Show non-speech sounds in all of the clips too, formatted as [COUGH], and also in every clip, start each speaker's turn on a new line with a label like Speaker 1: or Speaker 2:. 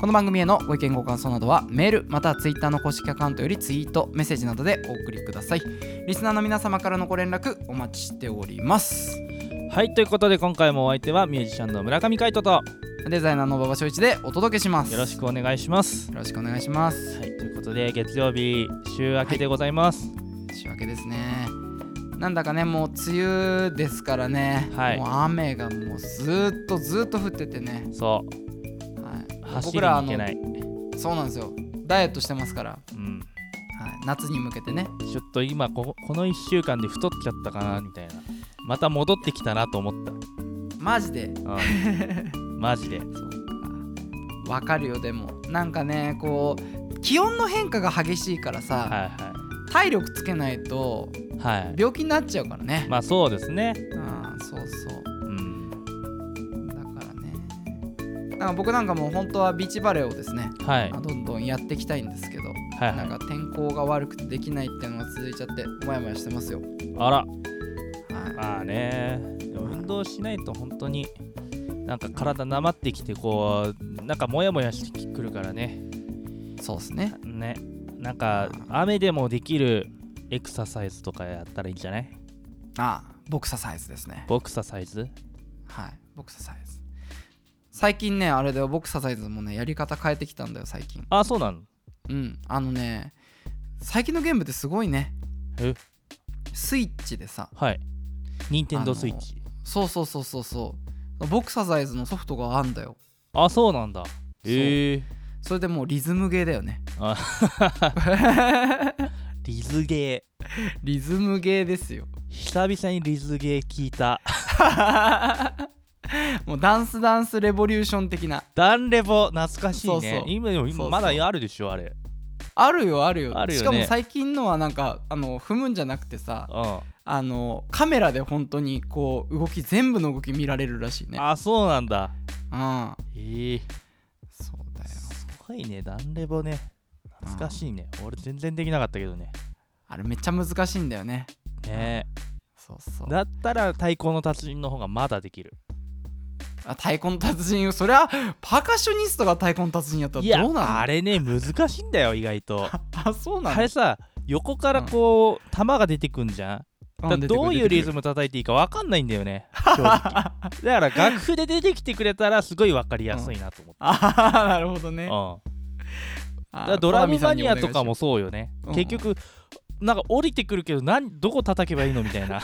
Speaker 1: この番組へのご意見ご感想などはメールまたはツイッターの公式アカウントよりツイートメッセージなどでお送りくださいリスナーの皆様からのご連絡お待ちしております
Speaker 2: はいということで今回もお相手はミュージシャンの村上海人と
Speaker 1: デザイナーの馬場翔一でお届けします
Speaker 2: よろし
Speaker 1: よ
Speaker 2: くお願いします
Speaker 1: ろしくお願いします
Speaker 2: はいということで月曜日週明けでございます、
Speaker 1: 仕分けですねなんだかねもう梅雨ですからね、
Speaker 2: はい
Speaker 1: もう雨がもうずーっとずーっと降っててね、
Speaker 2: そう
Speaker 1: はい、
Speaker 2: 走り
Speaker 1: 僕
Speaker 2: に
Speaker 1: ら
Speaker 2: 行けない、
Speaker 1: そうなんですよダイエットしてますから、は
Speaker 2: うん、
Speaker 1: い、夏に向けてね
Speaker 2: ちょっと今ここの1週間で太っちゃったかなみたいなまた戻ってきたなと思っ
Speaker 1: マジで
Speaker 2: た、
Speaker 1: [LAUGHS]
Speaker 2: うん、マジで
Speaker 1: そうかわかるよでもなんかねこう気温の変化が激しいからさ、
Speaker 2: は
Speaker 1: 体力つけないと
Speaker 2: いはいはい
Speaker 1: 病気になっちゃうからね、
Speaker 2: まあそうですね
Speaker 1: うんそうそう
Speaker 2: うん
Speaker 1: だからねだから僕なんかもう本当はビーチバレーをですね
Speaker 2: はい
Speaker 1: まあどんどんやっていきたいんですけど、
Speaker 2: はいは
Speaker 1: なん
Speaker 2: い
Speaker 1: か天候が悪くてできないっていうのが続いちゃってモヤモヤしてますよ。
Speaker 2: あら
Speaker 1: は
Speaker 2: まあねでも運動しないと本当になんか体なまってきてこうなんかモヤモヤしてくるからね
Speaker 1: い、そうですね。
Speaker 2: ねなんか雨でもできるエクササイズとかやったらいいんじゃない
Speaker 1: ああ、ボクササイズですね。
Speaker 2: ボクササイズ
Speaker 1: はい、ボクササイズ。最近ね、あれだよ、ボクササイズもね、やり方変えてきたんだよ、最近。
Speaker 2: あそうなの
Speaker 1: うん、あのね、最近のゲームってすごいね。
Speaker 2: え
Speaker 1: スイッチでさ、
Speaker 2: はい任天堂スイッチ
Speaker 1: そうそうそうそうそう、ボクササイズのソフトがあんだよ。
Speaker 2: あそうなんだへえ
Speaker 1: それでもうリズムゲーだよね。
Speaker 2: リズゲ
Speaker 1: [LAUGHS] リズムゲーですよ。 [LAUGHS]
Speaker 2: ー久々にリズゲー聞いた [LAUGHS]
Speaker 1: もうダンスダンスレボリューション的な
Speaker 2: ダンレボ懐かしいね
Speaker 1: そうそう
Speaker 2: 今でも
Speaker 1: そうそ
Speaker 2: 今
Speaker 1: う
Speaker 2: まだあるでしょあれ
Speaker 1: あるよあるよ
Speaker 2: あるよね
Speaker 1: しかも最近のはなんかあの踏むんじゃなくてさ
Speaker 2: うん
Speaker 1: あのカメラで本当にこう動き全部の動き見られるらしいね
Speaker 2: あそうなんだ
Speaker 1: うん
Speaker 2: へえ
Speaker 1: そうだよ
Speaker 2: すごいね、ダンレボね。懐かしいね。俺全然できなかったけどね。
Speaker 1: あれめっちゃ難しいんだよね
Speaker 2: ね
Speaker 1: そうそう
Speaker 2: え。だったら太鼓の達人の方がまだできる。
Speaker 1: あ太鼓の達人そりゃパーカッショニストが太鼓の達人やった
Speaker 2: い
Speaker 1: ら
Speaker 2: や
Speaker 1: どうな、の
Speaker 2: あれね、難しいんだよ、意外
Speaker 1: [LAUGHS]
Speaker 2: と。
Speaker 1: あそうな
Speaker 2: あ
Speaker 1: の
Speaker 2: れさ、横からこう、玉が出てくんじゃん。だからどういうリズ
Speaker 1: ム
Speaker 2: ム叩いていいか分かんないんだよね。
Speaker 1: [LAUGHS]
Speaker 2: 正直だから楽譜で出てきてくれたらすごい分かりやすいなと思って。
Speaker 1: ああなるほど
Speaker 2: う
Speaker 1: ね
Speaker 2: ん、だ
Speaker 1: あ
Speaker 2: からドラムマニアとかもそうよね
Speaker 1: う。ん
Speaker 2: 結局、なんか降りてくるけど何どこ叩けばいいのみたいな。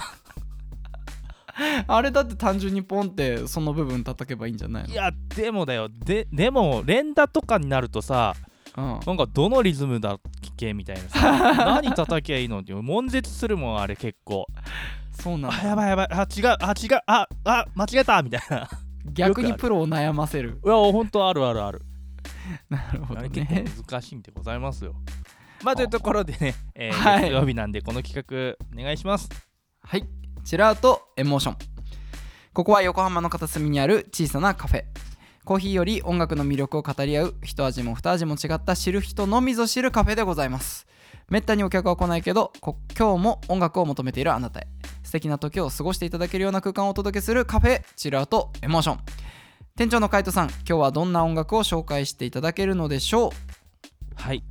Speaker 1: あれだって単純にポンってその部分叩けばいいんじゃない
Speaker 2: いやでもだよででも連打とかになるとさ
Speaker 1: の、
Speaker 2: なんかどのリズムだっけみたいな [LAUGHS] さ何叩きゃいいのって悶絶するもんあれ結構
Speaker 1: うん、そうなん
Speaker 2: あ
Speaker 1: だ
Speaker 2: やばいやばいあ違うあ違うああ間違えたみたいな
Speaker 1: 逆
Speaker 2: よく
Speaker 1: に
Speaker 2: ある
Speaker 1: プロを悩ませる
Speaker 2: いやほんとあるあるある、
Speaker 1: なるほ
Speaker 2: あ
Speaker 1: ど
Speaker 2: れ結
Speaker 1: ね
Speaker 2: 構難しいんでございますよまあというところでね、えー
Speaker 1: はい
Speaker 2: 月曜日なんでこの企画お願いします
Speaker 1: はいチラートエモーションここは横浜の片隅にある小さなカフェコーヒーより音楽の魅力を語り合う一味も二味も違った知る人のみぞ知るカフェでございますめったにお客は来ないけどこ今日も音楽を求めているあなたへ素敵な時を過ごしていただけるような空間をお届けするカフェチラートエモーション店長の海人さん今日はどんな音楽を紹介していただけるのでしょう
Speaker 2: はい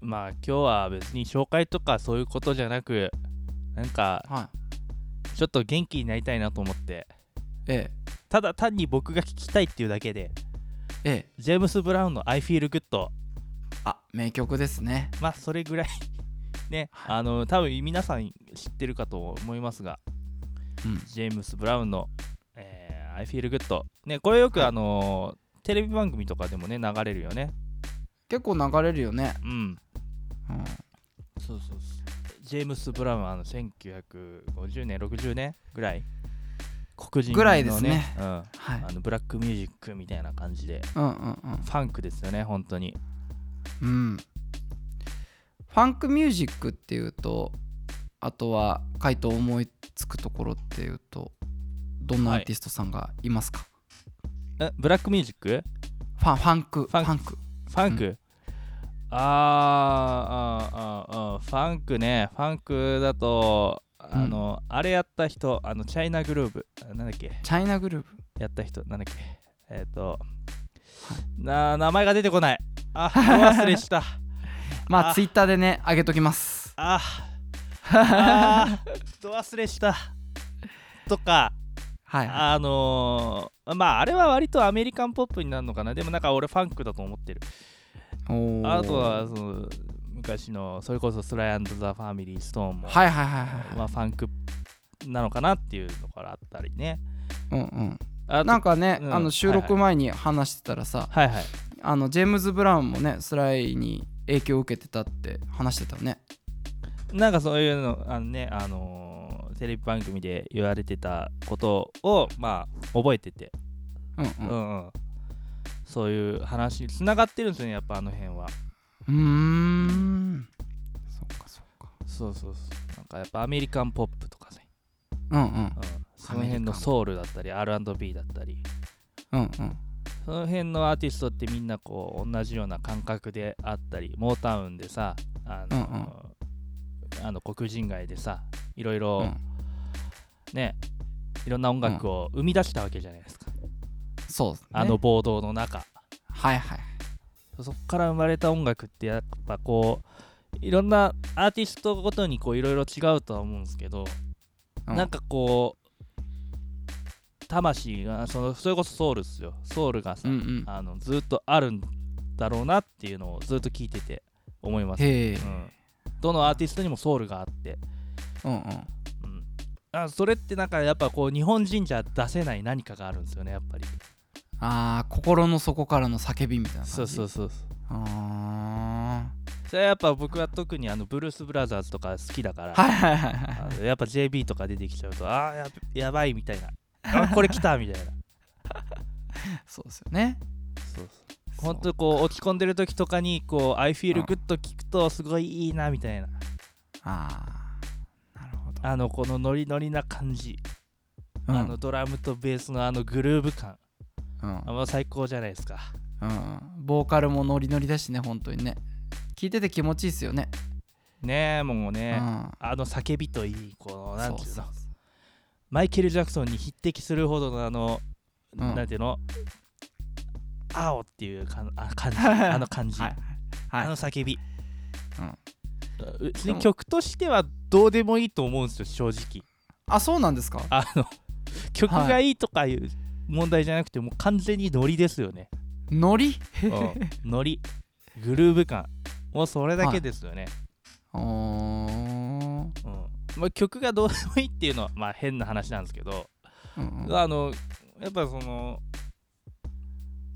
Speaker 2: まあ今日は別に紹介とかそういうことじゃなくなんか
Speaker 1: はい
Speaker 2: ちょっと元気になりたいなと思って
Speaker 1: え
Speaker 2: ただ単に僕が聞きたいっていうだけで
Speaker 1: えええ
Speaker 2: ジェームス・ブラウンの「I Feel Good
Speaker 1: あ名曲ですね」
Speaker 2: まあそれぐらい [LAUGHS] ねあの多分皆さん知ってるかと思いますが
Speaker 1: うん
Speaker 2: ジェームス・ブラウンの「えー I Feel Good」ねこれよくあのテレビ番組とかでもね流れるよね
Speaker 1: 結構流れるよね、
Speaker 2: うん
Speaker 1: うん、
Speaker 2: そうそうジェームス・ブラウンはあの1950年60年ぐらい黒人の、ね、
Speaker 1: ぐらいですね
Speaker 2: うん、あ
Speaker 1: はい
Speaker 2: のブラックミュージックみたいな感じで
Speaker 1: うんうんうん
Speaker 2: ファンクですよね本当に
Speaker 1: うん。ファンクミュージックっていうとあとは海と思いつくところっていうとどんなアーティストさんがいますか、
Speaker 2: えブラックミュージック
Speaker 1: ファンファンクフ
Speaker 2: ァン
Speaker 1: ァンク
Speaker 2: ファンク、
Speaker 1: う
Speaker 2: あーあーあーあーファンクねファンクだとあの、あれやった人あのチャイナグルーブなんだっけ
Speaker 1: チャイナグループ
Speaker 2: やった人なんだっけえっ、とな名前が出てこないあ忘れした
Speaker 1: まあ
Speaker 2: あ
Speaker 1: ツイッターでね上げときます
Speaker 2: ああーど忘れしたとか
Speaker 1: はいはい
Speaker 2: あのーまああれは割とアメリカンポップになるのかなでもなんか俺ファンクだと思ってる
Speaker 1: おー
Speaker 2: あとはその昔のそれこそスライアンド・ザ・ファミリー・ストーンも、
Speaker 1: はいはいはいはい
Speaker 2: まあ、ファンクなのかなっていうのからあったりね
Speaker 1: うんうん
Speaker 2: あと
Speaker 1: なんかね、
Speaker 2: うん
Speaker 1: あの収録前に話してたらさ、
Speaker 2: はいはい
Speaker 1: あのジェームズ・ブラウンもねスライに影響を受けてたって話してたよね
Speaker 2: なんかそういうのあのねあのーテレビ番組で言われてたことをまあ覚えてて、
Speaker 1: うん
Speaker 2: うん
Speaker 1: う
Speaker 2: うんそういう話につながってるんですよねやっぱあの辺は
Speaker 1: んうーんそっかそっか
Speaker 2: そうそうそうなんかやっぱアメリカンポップとかね、
Speaker 1: うんうん
Speaker 2: うん、その辺のソウルだったり R&B だったり
Speaker 1: うんうん
Speaker 2: その辺のアーティストってみんなこう同じような感覚であったりモータウンでさあの、あの黒人街でさいろいろ、
Speaker 1: うん
Speaker 2: ねいろんな音楽を生み出したわけじゃないですか、
Speaker 1: そうですね
Speaker 2: あの暴動の中
Speaker 1: はいはい
Speaker 2: そこから生まれた音楽ってやっぱこういろんなアーティストごとにこういろいろ違うとは思うんですけど、
Speaker 1: うん
Speaker 2: なんかこう魂がそのそれこそソウルっすよソウルがさ、
Speaker 1: うんうん
Speaker 2: あのずっとあるんだろうなっていうのをずっと聞いてて思います、
Speaker 1: へえ
Speaker 2: うん、どのアーティストにもソウルがあって、
Speaker 1: うんうん
Speaker 2: うん、あそれってなんかやっぱこう日本人じゃ出せない何かがあるんですよねやっぱり
Speaker 1: あー心の底からの叫びみたいな感じ
Speaker 2: そうそうそうそう
Speaker 1: あ
Speaker 2: それはやっぱ僕は特にあのブルース・ブラザーズとか好きだから、
Speaker 1: ーはいはいはいはい
Speaker 2: あのやっぱ JB とか出てきちゃうとあーやべやばいみたいなあこれ来たみたい
Speaker 1: [LAUGHS]
Speaker 2: な
Speaker 1: そうですよね
Speaker 2: そうそう本当こう落ち込んでる時とかにこう「I feel good」と聞くとすごいいいなみたいな
Speaker 1: ああなるほど
Speaker 2: あのこのノリノリな感じ、
Speaker 1: うん
Speaker 2: あのドラムとベースのあのグルーヴ感
Speaker 1: うん
Speaker 2: あもう最高じゃないですか
Speaker 1: うんボーカルもノリノリだしね本当にね聞いてて気持ちいいですよね
Speaker 2: ねえもう
Speaker 1: う
Speaker 2: ね、
Speaker 1: ん
Speaker 2: あの叫びといいこのなんていうの
Speaker 1: そうそうそ
Speaker 2: マイケル・ジャクソンに匹敵するほどのあの、
Speaker 1: うん
Speaker 2: なんていうの青っていうかんあ
Speaker 1: [LAUGHS]
Speaker 2: 感じあの感じ、
Speaker 1: はいはい
Speaker 2: あ
Speaker 1: は
Speaker 2: の
Speaker 1: い
Speaker 2: 叫び、
Speaker 1: うん
Speaker 2: う別に曲としてはどうでもいいと思うんですよ正直
Speaker 1: あそうなんですか
Speaker 2: あの [LAUGHS] 曲がいいとかいう問題じゃなくてもう完全にノリですよね、
Speaker 1: ノリ
Speaker 2: うん、ノリグルーヴ感もうそれだけですよね、
Speaker 1: お
Speaker 2: う
Speaker 1: ー
Speaker 2: んまあ、曲がどうでもいいっていうのはまあ変な話なんですけど、
Speaker 1: うんうん
Speaker 2: あのやっぱその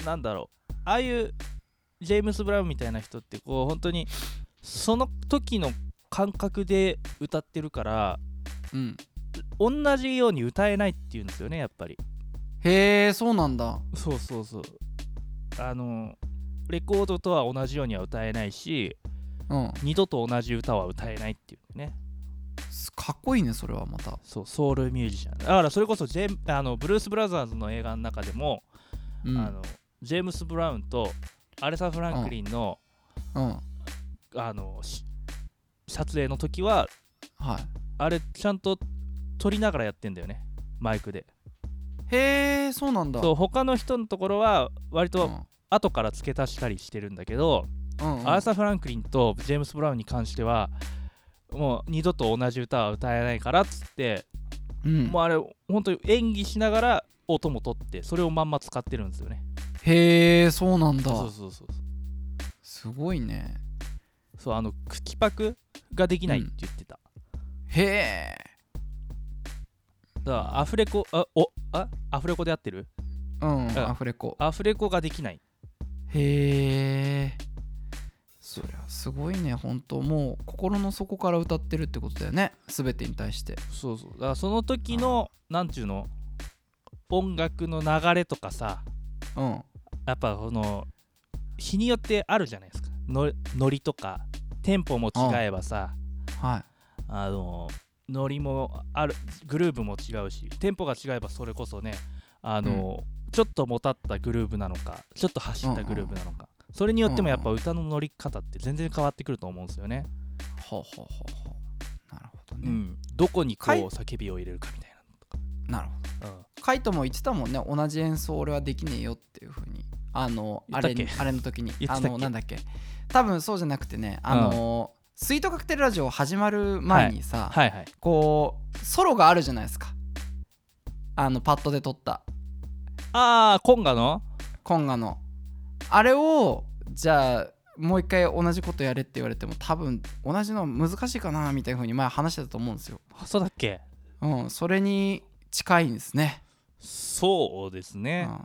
Speaker 2: なんだろうああいうジェームス・ブラウンみたいな人ってこう本当にその時の感覚で歌ってるから
Speaker 1: うん
Speaker 2: 同じように歌えないっていうんですよねやっぱり
Speaker 1: へえそうなんだ
Speaker 2: そうそうそうあのレコードとは同じようには歌えないし
Speaker 1: うん
Speaker 2: 二度と同じ歌は歌えないっていうね
Speaker 1: すかっこいいねそれはまた
Speaker 2: そうソウルミュージシャンだからそれこそジェームあのブルース・ブラザーズの映画の中でも、
Speaker 1: うん
Speaker 2: あのジェームス・ブラウンとアレサ・フランクリンの,、
Speaker 1: うん
Speaker 2: あのし撮影の時は
Speaker 1: はい
Speaker 2: あれちゃんと撮りながらやってんだよねマイクで
Speaker 1: へえそうなんだ
Speaker 2: そう他の人のところは割
Speaker 1: う
Speaker 2: と
Speaker 1: ん
Speaker 2: 後から付け足したりしてるんだけど、
Speaker 1: うんうん
Speaker 2: アレサ・フランクリンとジェームス・ブラウンに関してはもう二度と同じ歌は歌えないからっつって、
Speaker 1: うん
Speaker 2: もうあれ本当に演技しながら音も取ってそれをまんま使ってるんですよね
Speaker 1: へえそうなんだ
Speaker 2: そうそうそうそう
Speaker 1: すごいね
Speaker 2: そうあの口パクができないって言ってた、
Speaker 1: へえ
Speaker 2: だからアフレコあおあアフレコでやってる
Speaker 1: うん
Speaker 2: ん
Speaker 1: アフレコ
Speaker 2: アフレコができない
Speaker 1: へえそりゃすごいね本当もう心の底から歌ってるってことだよね全てに対して
Speaker 2: そうそうだからその時のなんちゅうの音楽の流れとかさ
Speaker 1: うん
Speaker 2: やっぱこの日によってあるじゃないですかのノリとかテンポも違えばさ
Speaker 1: はい
Speaker 2: あのノリもあるグルーブも違うしテンポが違えばそれこそねあの、ちょっともたったグルーブなのかちょっと走ったグルーブなのか、それによってもやっぱ歌の乗り方って全然変わってくると思うんですよね。
Speaker 1: ほうほうほうほうなるほど
Speaker 2: う
Speaker 1: ね、
Speaker 2: ん、どこにこう
Speaker 1: はい
Speaker 2: 叫びを入れるかみたい
Speaker 1: なるほど
Speaker 2: なのとか。
Speaker 1: カイトも言ってたもんね同じ演奏俺はできねえよっていうふうにあの
Speaker 2: 言
Speaker 1: あ
Speaker 2: ったっ
Speaker 1: れ
Speaker 2: け
Speaker 1: あれの時に
Speaker 2: 言ってた
Speaker 1: あ
Speaker 2: っけ
Speaker 1: のなんだっけ多分そうじゃなくてねあの、スイートカクテルラジオ始まる前にさ、
Speaker 2: はいはい。
Speaker 1: こうソロがあるじゃないですかあのパッドで撮った
Speaker 2: ああコンガの
Speaker 1: コンガのあれをじゃあもう一回同じことやれって言われても多分同じの難しいかなみたいなふうに前話してたと思うんですよ
Speaker 2: あそうだっけ
Speaker 1: うんそれに近いんですね
Speaker 2: そうですね。
Speaker 1: うん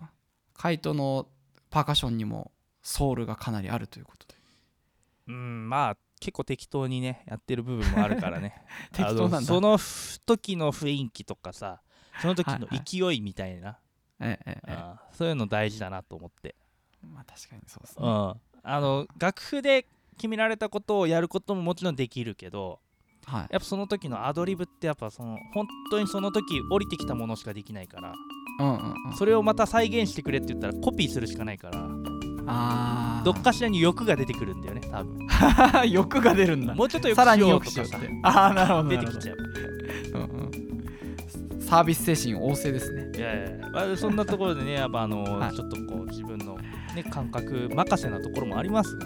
Speaker 1: カイトのパーカッションにもソウルがかなりあるということで
Speaker 2: うんまあ結構適当にねやってる部分もあるからね
Speaker 1: [LAUGHS] [LAUGHS] 適当なんだ
Speaker 2: あのその時の雰囲気とかさその時
Speaker 1: はい
Speaker 2: の勢いみたいな、
Speaker 1: ええええ
Speaker 2: あーそういうの大事だなと思って、
Speaker 1: まあ確かにそうです
Speaker 2: うん、
Speaker 1: ね
Speaker 2: あの楽譜で決められたことをやることももちろんできるけど
Speaker 1: はい
Speaker 2: やっぱその時のアドリブってやっぱその本当にその時降りてきたものしかできないから
Speaker 1: うんうんうん
Speaker 2: それをまた再現してくれって言ったらコピーするしかないから
Speaker 1: あー
Speaker 2: どっかしらに欲が出てくるんだよね多分
Speaker 1: 欲が出るんだ
Speaker 2: もうちょっと良
Speaker 1: [LAUGHS] さら
Speaker 2: くし
Speaker 1: に
Speaker 2: よ
Speaker 1: 良
Speaker 2: う
Speaker 1: く
Speaker 2: と
Speaker 1: しよ
Speaker 2: か
Speaker 1: うって
Speaker 2: さ
Speaker 1: [LAUGHS] ああなるほど
Speaker 2: 出
Speaker 1: な
Speaker 2: て
Speaker 1: る
Speaker 2: き
Speaker 1: ほど
Speaker 2: ちゃう
Speaker 1: うんうんサービス精神旺盛ですね
Speaker 2: いやいやいやまあ、そんなところでね、やっぱあの、
Speaker 1: はい
Speaker 2: ちょっとこう自分の、ね、感覚任せなところもありますが、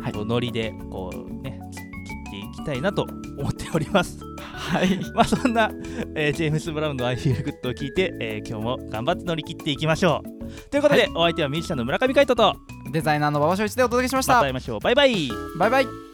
Speaker 1: はい
Speaker 2: こうノリでこう、ね、切切っていきたいなと思っております。
Speaker 1: はい
Speaker 2: [LAUGHS] まあそんな、えージェームス・ブラウンの I feel good を聞いて、えー今日も頑張って乗り切っていきましょう。ということで、お相手はミュージシャンの村上海人と、
Speaker 1: デザイナーの馬場翔一でお届けしまし
Speaker 2: また
Speaker 1: た
Speaker 2: 会いましょう。バイバイ
Speaker 1: バイバイ